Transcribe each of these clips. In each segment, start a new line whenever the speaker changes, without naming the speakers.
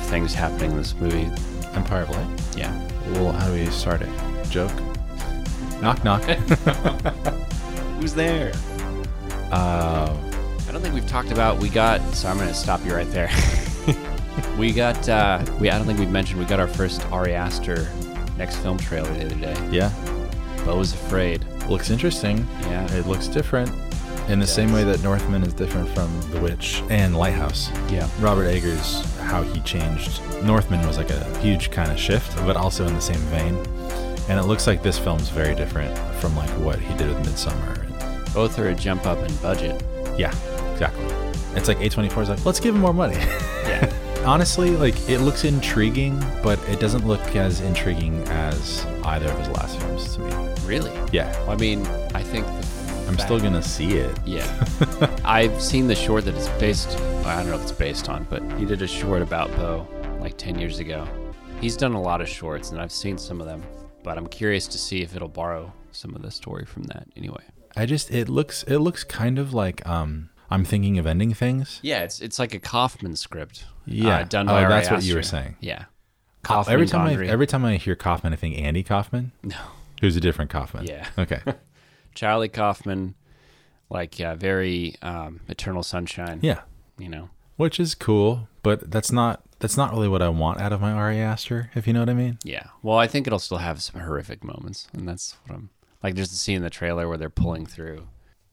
things happening in this movie.
Empire of Light.
Yeah.
Well, how do we start it? Joke. Knock knock.
Who's there?
uh,
I don't think we've talked about we got. So I'm gonna stop you right there. we got. Uh, we I don't think we've mentioned we got our first Ari Aster next film trailer the other day.
yeah,
Bo is afraid.
looks interesting.
Yeah.
It looks different, in the same way that Northman is different from The Witch and Lighthouse.
Yeah.
Robert Eggers, how he changed Northman was like a huge kind of shift, but also in the same vein. And it looks like this film's very different from like what he did with Midsummer.
Both are a jump up in budget.
Yeah, exactly. It's like A24 is like, let's give him more money.
Yeah.
Honestly, like it looks intriguing, but it doesn't look as intriguing as either of his last films to me.
really.
Yeah,
I mean, I think. The
I'm still gonna see it.
Yeah. I've seen the short that it's based I don't know if it's based on, but he did a short about Poe like 10 years ago. He's done a lot of shorts and I've seen some of them, but I'm curious to see if it'll borrow some of the story from that anyway.
I just it looks it looks kind of like um I'm thinking of ending things.
Yeah, it's it's like a Kaufman script.
Yeah.
uh, done
Oh,
by Ari
that's what you were
Aster.
saying. Uh,
Yeah. Kaufman
every time
Gondry.
I every time I hear Kaufman, I think Andy Kaufman.
No.
Who's a different Kaufman?
Yeah.
Okay.
Charlie Kaufman like yeah, very um, Eternal Sunshine,
yeah.
you know.
Which is cool, but that's not that's not really what I want out of my Ari Aster, if you know what I mean.
Yeah. Well, I think it'll still have some horrific moments, and that's what I'm like. There's the scene in the trailer where they're pulling through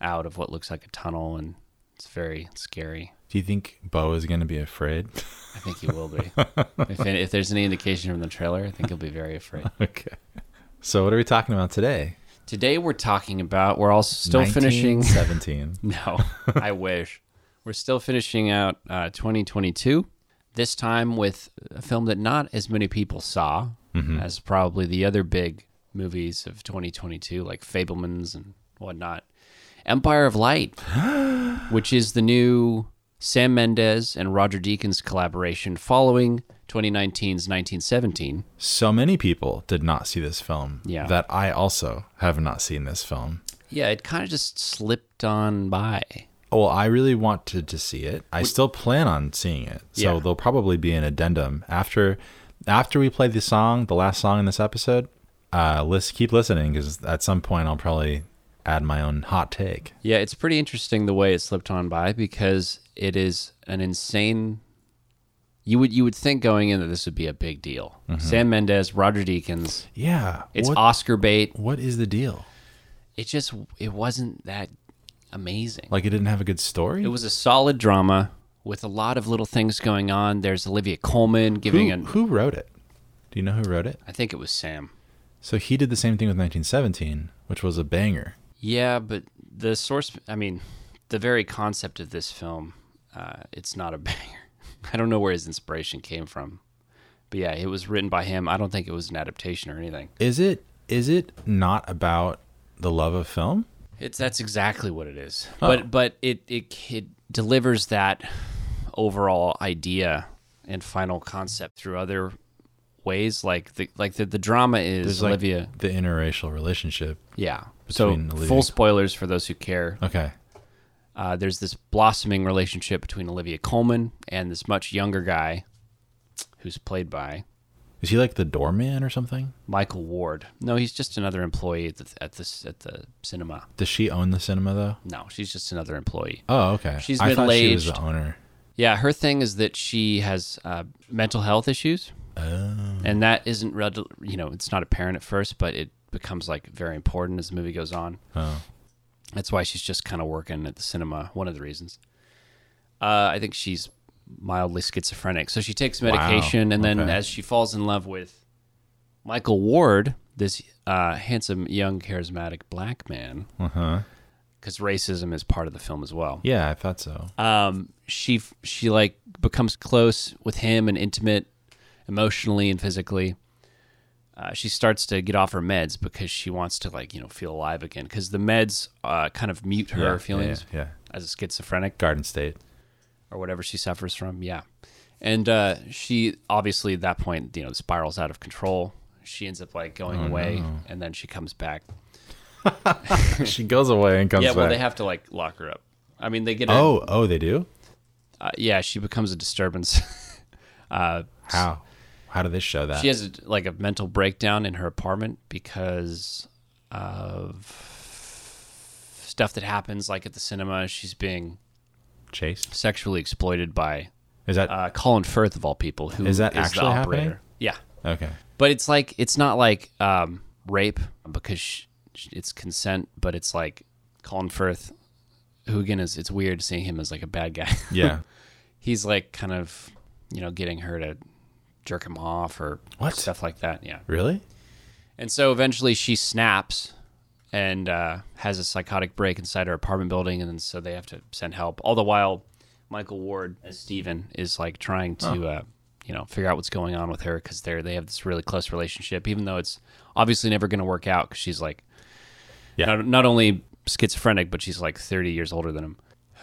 out of what looks like a tunnel, and it's very scary.
Do you think Bo is gonna be afraid?
I think he will be. if, if there's any indication from the trailer, I think he'll be very afraid.
okay. So what are we talking about today?
Today we're talking about. We're also still finishing.
seventeen.
No, I wish. We're still finishing out uh, 2022. This time with a film that not as many people saw
Mm-hmm.
as probably the other big movies of 2022, like Fablemans and whatnot. Empire of Light, which is the new Sam Mendes and Roger Deakins collaboration following 2019's 1917.
So many people did not see this film.
Yeah.
That I also have not seen this film.
Yeah, it kind of just slipped on by.
Well, I really wanted to see it. I still plan on seeing it. So
Yeah.
there'll probably be an addendum after after we play the song, the last song in this episode. Uh, let's keep listening because at some point I'll probably add my own hot take.
Yeah, it's pretty interesting the way it slipped on by because it is an insane. You would you would think going in that this would be a big deal. Sam Mendes, Roger Deakins,
Yeah,
it's
what,
Oscar bait.
what is the deal?
It just it wasn't that amazing.
Like it didn't have a good story.
It was a solid drama with a lot of little things going on. There's Olivia Colman giving
who,
an.
who wrote it? Do you know who wrote it?
I think it was Sam.
So he did the same thing with 1917, which was a banger.
Yeah, but the source, I mean, the very concept of this film, uh, it's not a banger. I don't know where his inspiration came from. But yeah, it was written by him. I don't think it was an adaptation or anything.
Is it? Is it not about the love of film?
It's that's exactly what it is. But but it, it it delivers that overall idea and final concept through other ways like the like the, the drama is
It's
Olivia.
like the interracial relationship.
yeah. So
between Olivia-
full spoilers for those who care.
Okay.
uh, there's this blossoming relationship between Olivia Coleman and this much younger guy who's played by
Is he like the doorman or something?
Michael Ward. No, he's just another employee at the, at this at the cinema.
Does she own the cinema though?
No, she's just another employee.
Oh, okay.
She's
I thought she was
middle-aged.
the owner.
Yeah, her thing is that she has uh, mental health issues,
Oh.
and that isn't red, you know it's not apparent at first, but it becomes like very important as the movie goes on.
Oh.
That's why she's just kind of working at the cinema. One of the reasons. Uh, I think she's mildly schizophrenic, so she takes medication, and then
Okay.
as she falls in love with Michael Ward, this uh, handsome, young, charismatic black man,
Uh huh.
because racism is part of the film as well.
Yeah, I thought so.
Um, she she like becomes close with him and intimate, emotionally and physically. Uh, she starts to get off her meds because she wants to like you know feel alive again because the meds uh, kind of mute her
yeah,
feelings
Yeah, yeah.
as a schizophrenic
Garden State.
or whatever she suffers from. Yeah. And uh, she obviously at that point, you know, spirals out of control. She ends up like
Oh,
going away and then she comes back.
she goes away and comes
yeah,
back.
well, they have to like lock her up. I mean, they get her.
oh, oh, they do.
uh, yeah, she becomes a disturbance. uh,
How? How do they show that?
She has a, like a mental breakdown in her apartment because of stuff that happens, like at the cinema. She's being
Chased?
sexually exploited by
Is that
uh, Colin Firth of all people, who
Is that actually
the
happening?
operator. Yeah,
okay?
but it's like it's not like um, rape because sh sh it's consent, but it's like Colin Firth, who again is it's weird seeing him as like a bad guy.
Yeah.
He's like kind of you know getting her to jerk him off or
What?
stuff like that. Yeah,
really?
and so eventually she snaps and uh, has a psychotic break inside her apartment building, and then so they have to send help. All the while, Michael Ward as Steven is like trying to, uh, you know, figure out what's going on with her because they're they have this really close relationship, even though it's obviously never going to work out because she's like,
Yeah.
not, not only schizophrenic, but she's like 30 years older than him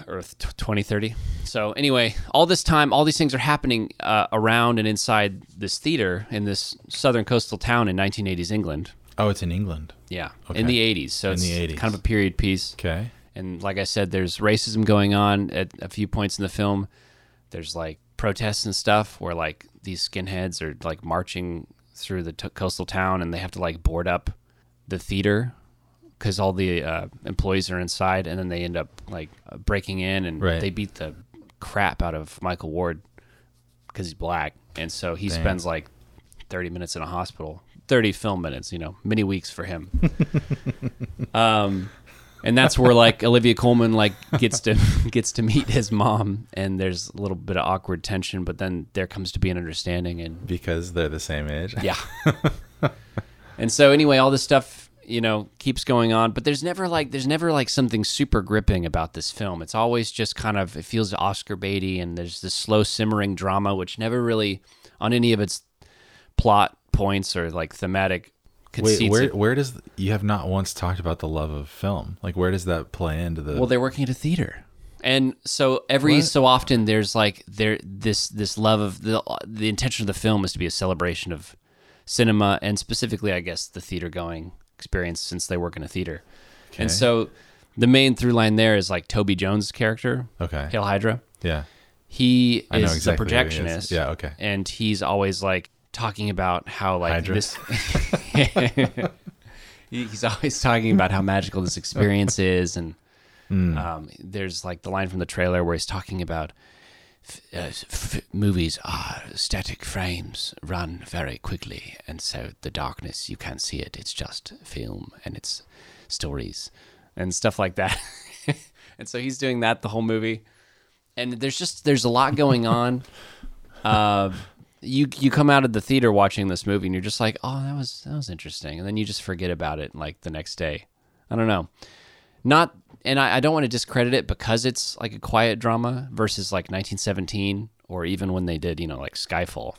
or th- 20, 30. So anyway, all this time, all these things are happening uh, around and inside this theater in this southern coastal town in 1980s England.
Oh, it's in England.
Yeah,
Okay.
in the 80s. So it's
the 80s.
kind of a period piece.
Okay.
And like I said, there's racism going on at a few points in the film. There's like protests and stuff where like these skinheads are like marching through the t- coastal town and they have to like board up the theater because all the uh, employees are inside and then they end up like uh, breaking in and
Right.
they beat the crap out of Michael Ward because he's black. And so he spends like 30 minutes in a hospital, 30 film minutes, you know, many weeks for him. um, and that's where like Olivia Coleman like gets to gets to meet his mom, and there's a little bit of awkward tension, but then there comes to be an understanding, and
Because they're the same age.
yeah. and so anyway, all this stuff you know keeps going on, but there's never like there's never like something super gripping about this film. It's always just kind of it feels Oscar baity, and there's this slow simmering drama which never really on any of its plot points or like thematic conceits.
Wait, where
it-
where does you have not once talked about the love of film? Like where does that play into the
Well, they're working at a theater, and so every so often there's like there this this love of the the intention of the film is to be a celebration of cinema and specifically, I guess, the theater going experience since they work in a theater, and
Okay.
so the main through line there is like Toby Jones' character,
Okay.
Hail Hydra.
Yeah.
He is
I know exactly
the
who he is.
projectionist,
Yeah, okay.
and he's always like talking about how like
Hydra?
this. He- he's always talking about how magical this experience is and um, there's like the line from the trailer where he's talking about f- uh, f- movies are static frames run very quickly and so the darkness you can't see it it's just film and it's stories and stuff like that and so he's doing that the whole movie and there's just there's a lot going on uh, you you come out of the theater watching this movie and you're just like, oh, that was that was interesting, and then you just forget about it like the next day. I don't know, not and I, I don't want to discredit it because it's like a quiet drama versus like 1917 or even when they did you know like Skyfall,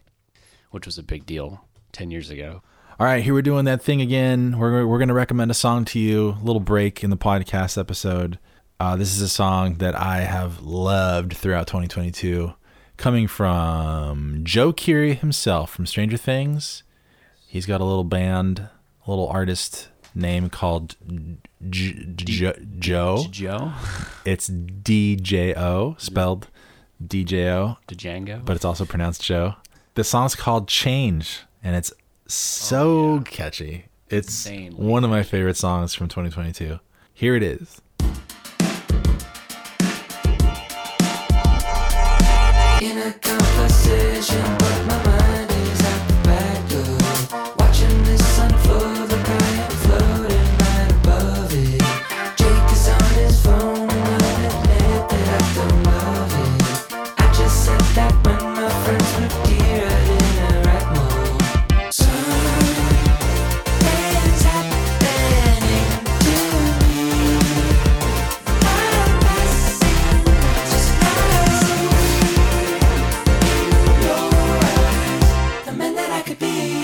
which was a big deal ten years ago.
All right, here we're doing that thing again. We're we're going to recommend a song to you. little break in the podcast episode. Uh, this is a song that I have loved throughout 2022, coming from Joe Curie himself from Stranger Things. He's got a little band, a little artist name called J- J- Joe.
Joe
It's D J O, spelled D J O,
DeJango.
but it's also pronounced Joe. The song's called Change, and it's so catchy. It's
Oh, Insanely
one of my favorite songs from 2022. Here it is.
In a conversation, but my mind is out the back door. Watching this unfold, the crying floating right above it. Jake is on his phone, and I admit that I don't love it. I just said that when my friends moved here, I didn't write more. So things happening to me. I'm passing, just passing the man that I could be.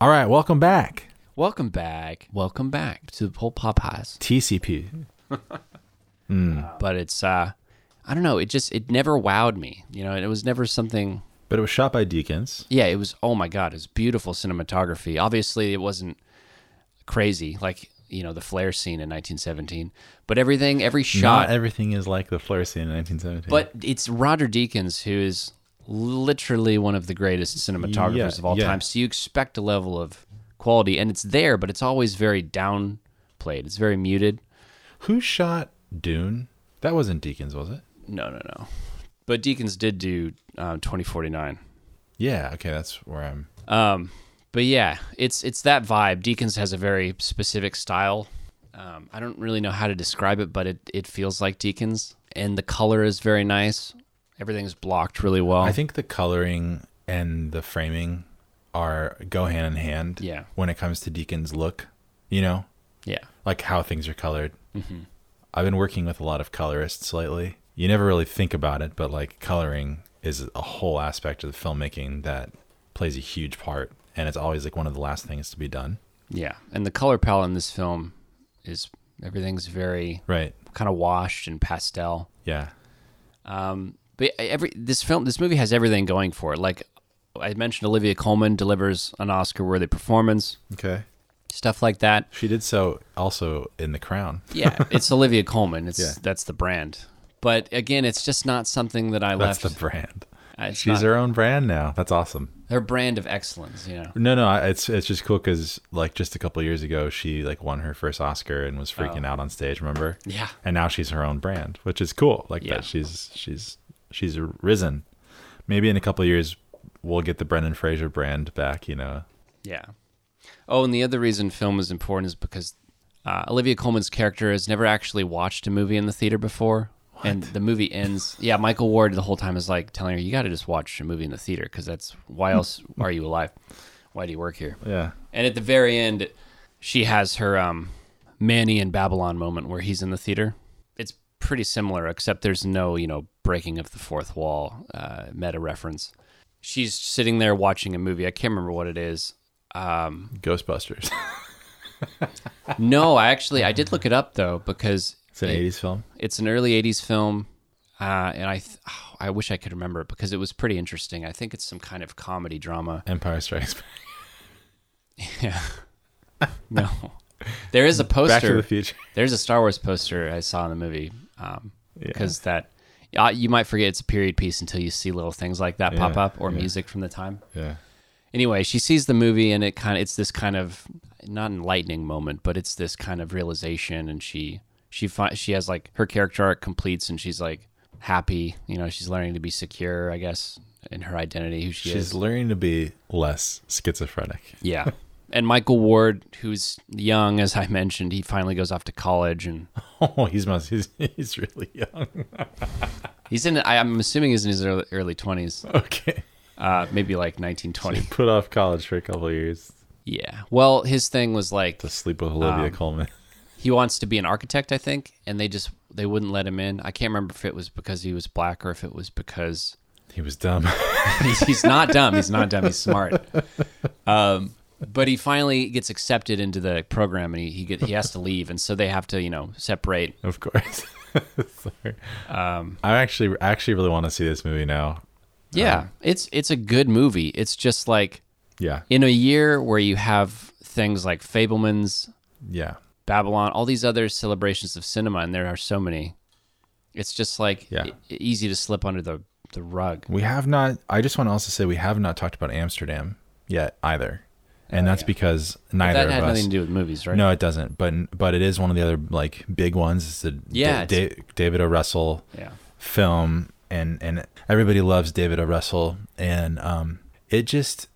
All right, welcome back.
Welcome back, welcome back to the whole Popeyes.
TCP.
But it's uh, I don't know, it just it never wowed me. You know, and it was never something
But it was shot by Deacons.
Yeah, it was. Oh my god, it was beautiful cinematography. Obviously, it wasn't crazy. Like you know the Flair scene in 1917. But everything, every
Not
shot,
everything is like the Flair scene in 1917.
but it's Roger Deakins who is literally one of the greatest cinematographers
Yeah,
of all
yeah.
time. So you expect a level of quality, and it's there, but it's always very downplayed. It's very muted.
who shot Dune? That wasn't Deacons, was it?
No, no, no. But Deakins did do um, 2049.
Yeah. Okay, that's where I'm.
Um, but yeah, it's it's that vibe. Deacons has a very specific style. Um, I don't really know how to describe it, but it, it feels like Deacons, and the color is very nice. Everything's blocked really well.
I think the coloring and the framing are go hand in hand.
Yeah.
When it comes to Deacon's look, you know,
yeah,
like how things are colored.
Mm-hmm.
I've been working with a lot of colorists lately. You never really think about it, but like coloring is a whole aspect of the filmmaking that plays a huge part, and it's always like one of the last things to be done.
yeah, and the color palette in this film is everything's very
Right.
kind of washed and pastel. Um,
Yeah.
but every this film this movie has everything going for it like i mentioned olivia colman delivers an oscar worthy performance
Okay.
stuff like that
She did so also in The Crown.
yeah it's olivia colman it's
Yeah.
that's the brand but again it's just not something that i
That's the
left
brand.
It's
She's
not-
her own brand now. That's awesome.
her brand of excellence you know
No, no, I- it's it's just cool because like just a couple years ago, she like won her first Oscar and was freaking out on stage. Remember?
Oh. Yeah.
And now she's her own brand, which is cool. Like
Yeah.
that, she's she's she's risen. Maybe in a couple years, we'll get the Brendan Fraser brand back. You know?
yeah oh and the other reason film is important is because uh, olivia colman's character has never actually watched a movie in the theater before and the movie ends yeah michael ward the whole time is like telling her you got to just watch a movie in the theater because that's why else are you alive why do you work here
Yeah.
And at the very end, she has her um, Manny in Babylon moment where he's in the theater. It's pretty similar, except there's no, you know, breaking of the fourth wall uh, meta reference. She's sitting there watching a movie. I can't remember what it is.
Ghostbusters.
No, I actually I did look it up though because
it's an '80s film.
it's an early '80s film, uh, and I th- oh, I wish I could remember it because it was pretty interesting. I think it's some kind of comedy drama.
Empire Strikes Back.
Yeah. no, there is a poster.
Back to the Future.
There's a Star Wars poster I saw in the movie
Yeah.
because that uh, you might forget it's a period piece until you see little things like that pop
Yeah,
up or music from the time.
Yeah.
Anyway, she sees the movie and it kind of it's this kind of not enlightening moment, but it's this kind of realization, and she she fi- she has like her character arc completes, and she's like happy. You know, she's learning to be secure, I guess, in her identity, who she
She's
is.
learning to be less schizophrenic.
Yeah. And Michael Ward, who's young, as I mentioned, he finally goes off to college and
Oh, he's must. He's, he's really young.
He's in. I- I'm assuming he's in his early- early twenties,
Okay.
uh, maybe like
He
1920.
put off college for a couple of years
Yeah. Well, his thing was like
to sleep with Olivia
Um,
Colman.
he wants to be an architect, I think, and they just they wouldn't let him in. I can't remember if it was because he was black or if it was because
He was dumb.
he's, he's not dumb. He's not dumb. He's smart. Um, but he finally gets accepted into the program, and he he, get, he has to leave, and so they have to you know separate.
of course. Sorry.
Um,
I actually I actually really want to see this movie now.
Yeah, Um, it's it's a good movie. It's just like
Yeah.
in a year where you have things like Fableman's
yeah.
Babylon, all these other celebrations of cinema, and there are so many. It's just like
Yeah.
e- easy to slip under the, the rug.
We have not I just want to also say we have not talked about Amsterdam yet either. And that's because neither
Oh, That
of
had
us
nothing to do with movies, right?
No, it doesn't. But but it is one of the other like big ones. It's the
Yeah,
Da- Da- David O. Russell
Yeah.
film, and and everybody loves David O. Russell, and um, it just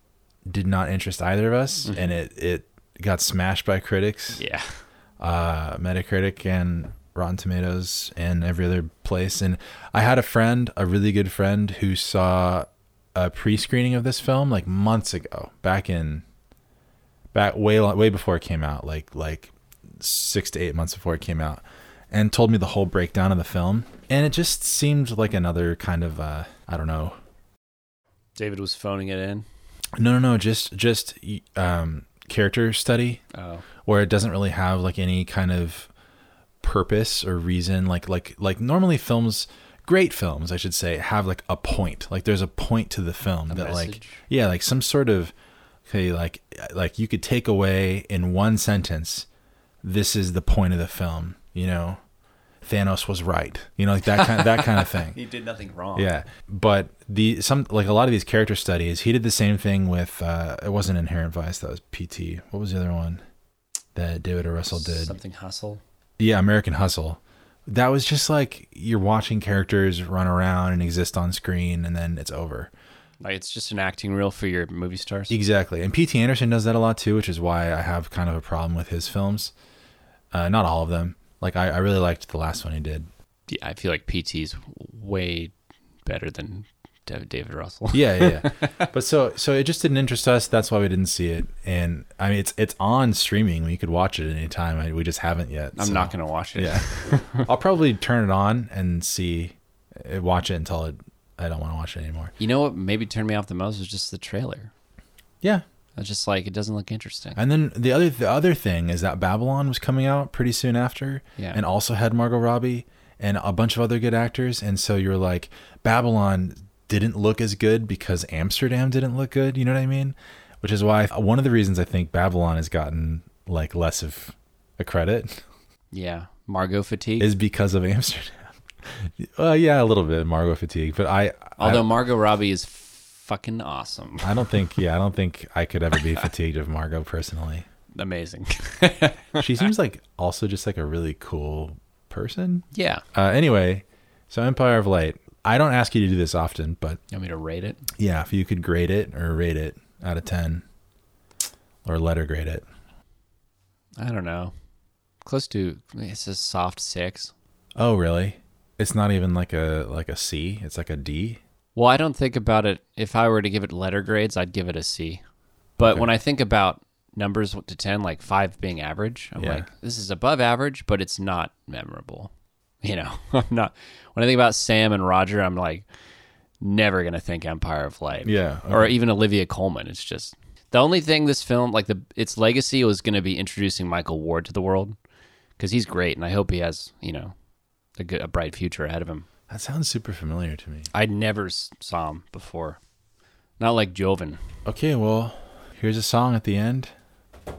did not interest either of us,
Mm-hmm.
and it it got smashed by critics,
Yeah.
uh, Metacritic and Rotten Tomatoes and every other place. And I had a friend, a really good friend, who saw a pre-screening of this film like months ago, back in back way lo- way before it came out, like like six to eight months before it came out, and told me the whole breakdown of the film. And it just seemed like another kind of uh, I don't know
David was phoning it in.
no no no just just y- um, character study
Oh.
where it doesn't really have like any kind of purpose or reason like like like normally films great films i should say have like a point like there's a point to the film that like
message.
yeah like some sort of okay like like you could take away in one sentence this is the point of the film. You know, Thanos was right. You know, like that kind that kind of thing.
He did nothing wrong.
Yeah, but the some like a lot of these character studies, he did the same thing with. Uh, it wasn't Inherent Vice. That was PT. What was the other one that David O. Russell did?
Something hustle.
Yeah, American Hustle. That was just like you're watching characters run around and exist on screen, and then it's over.
Like it's just an acting reel for your movie stars.
Exactly. And P.T. Anderson does that a lot too, which is why I have kind of a problem with his films. Uh, not all of them. Like I, I really liked the last one he did.
Yeah, I feel like PT's way better than Dav- David Russell.
Yeah, yeah. yeah. but so so it just didn't interest us. That's why we didn't see it. And I mean, it's it's on streaming. We could watch it at any time. I, we just haven't yet.
I'm
so-
not gonna watch it.
Yeah. I'll probably turn it on and see, uh, watch it until it, I don't want to watch it anymore.
You know what? Maybe turned me off the most was just the trailer.
Yeah.
I was just like, it doesn't look interesting.
And then the other the other thing is that Babylon was coming out pretty soon after,
Yeah.
and also had Margot Robbie and a bunch of other good actors. And so you're like, Babylon didn't look as good because Amsterdam didn't look good. You know what I mean? Which is why one of the reasons I think Babylon has gotten like less of a credit
yeah, Margot fatigue.
is because of Amsterdam. Uh, yeah, a little bit of Margot fatigue, but I
Although Margot Robbie is fucking awesome,
I, I don't think yeah I don't think I could ever be fatigued of Margot personally.
amazing.
She seems like also just like a really cool person.
yeah,
Uh, anyway, so Empire of Light. I don't ask you to do this often, but
you want me to rate it?
yeah, if you could grade it or rate it out of 10 or letter grade it.
I don't know. Close to it's a soft six.
Oh, really? It's not even like a like a C, it's like a D.
Well, I don't think about it. If I were to give it letter grades, I'd give it a C. But when I think about numbers to 10, like five being average, I'm
Yeah.
like, this is above average, but it's not memorable. You know, I'm not, when I think about Sam and Roger, I'm like, never going to think Empire of Light.
Yeah,
Or
okay.
even Olivia Coleman. It's just the only thing this film, like the its legacy was going to be introducing Michael Ward to the world because he's great. And I hope he has, you know, a good, a bright future ahead of him.
That sounds super familiar to me.
I never s- saw him before. Not like Joven.
Okay, well, here's a song at the end.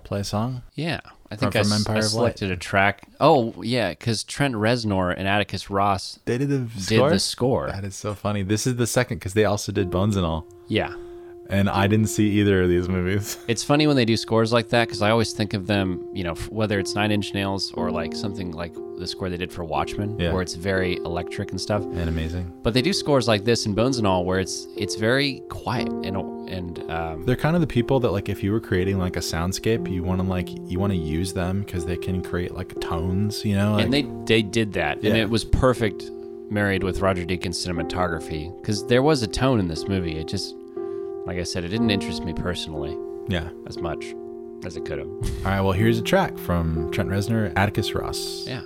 Play a song.
Yeah, I think
From-
I,
from
s-
Empire
I
of Light.
selected a track. Oh yeah, because Trent Reznor and Atticus Ross
They did the
did the score.
That is so funny. This is the second cuz they also did Bones and All.
Yeah,
And I didn't see either of these movies.
it's funny when they do scores like that because I always think of them. You know, f- whether it's Nine Inch Nails or like something like the score they did for Watchmen,
Yeah.
where it's very electric and stuff.
And amazing.
But they do scores like this in Bones and all, where it's it's very quiet and and um,
they're kind of the people that like if you were creating like a soundscape you want to like you want to use them because they can create like tones you know like,
and they they did that
Yeah.
and it was perfect married with roger deakins cinematography because there was a tone in this movie it just like i said it didn't interest me personally
yeah
as much as it could have
all right well here's a track from trent reznor atticus ross
yeah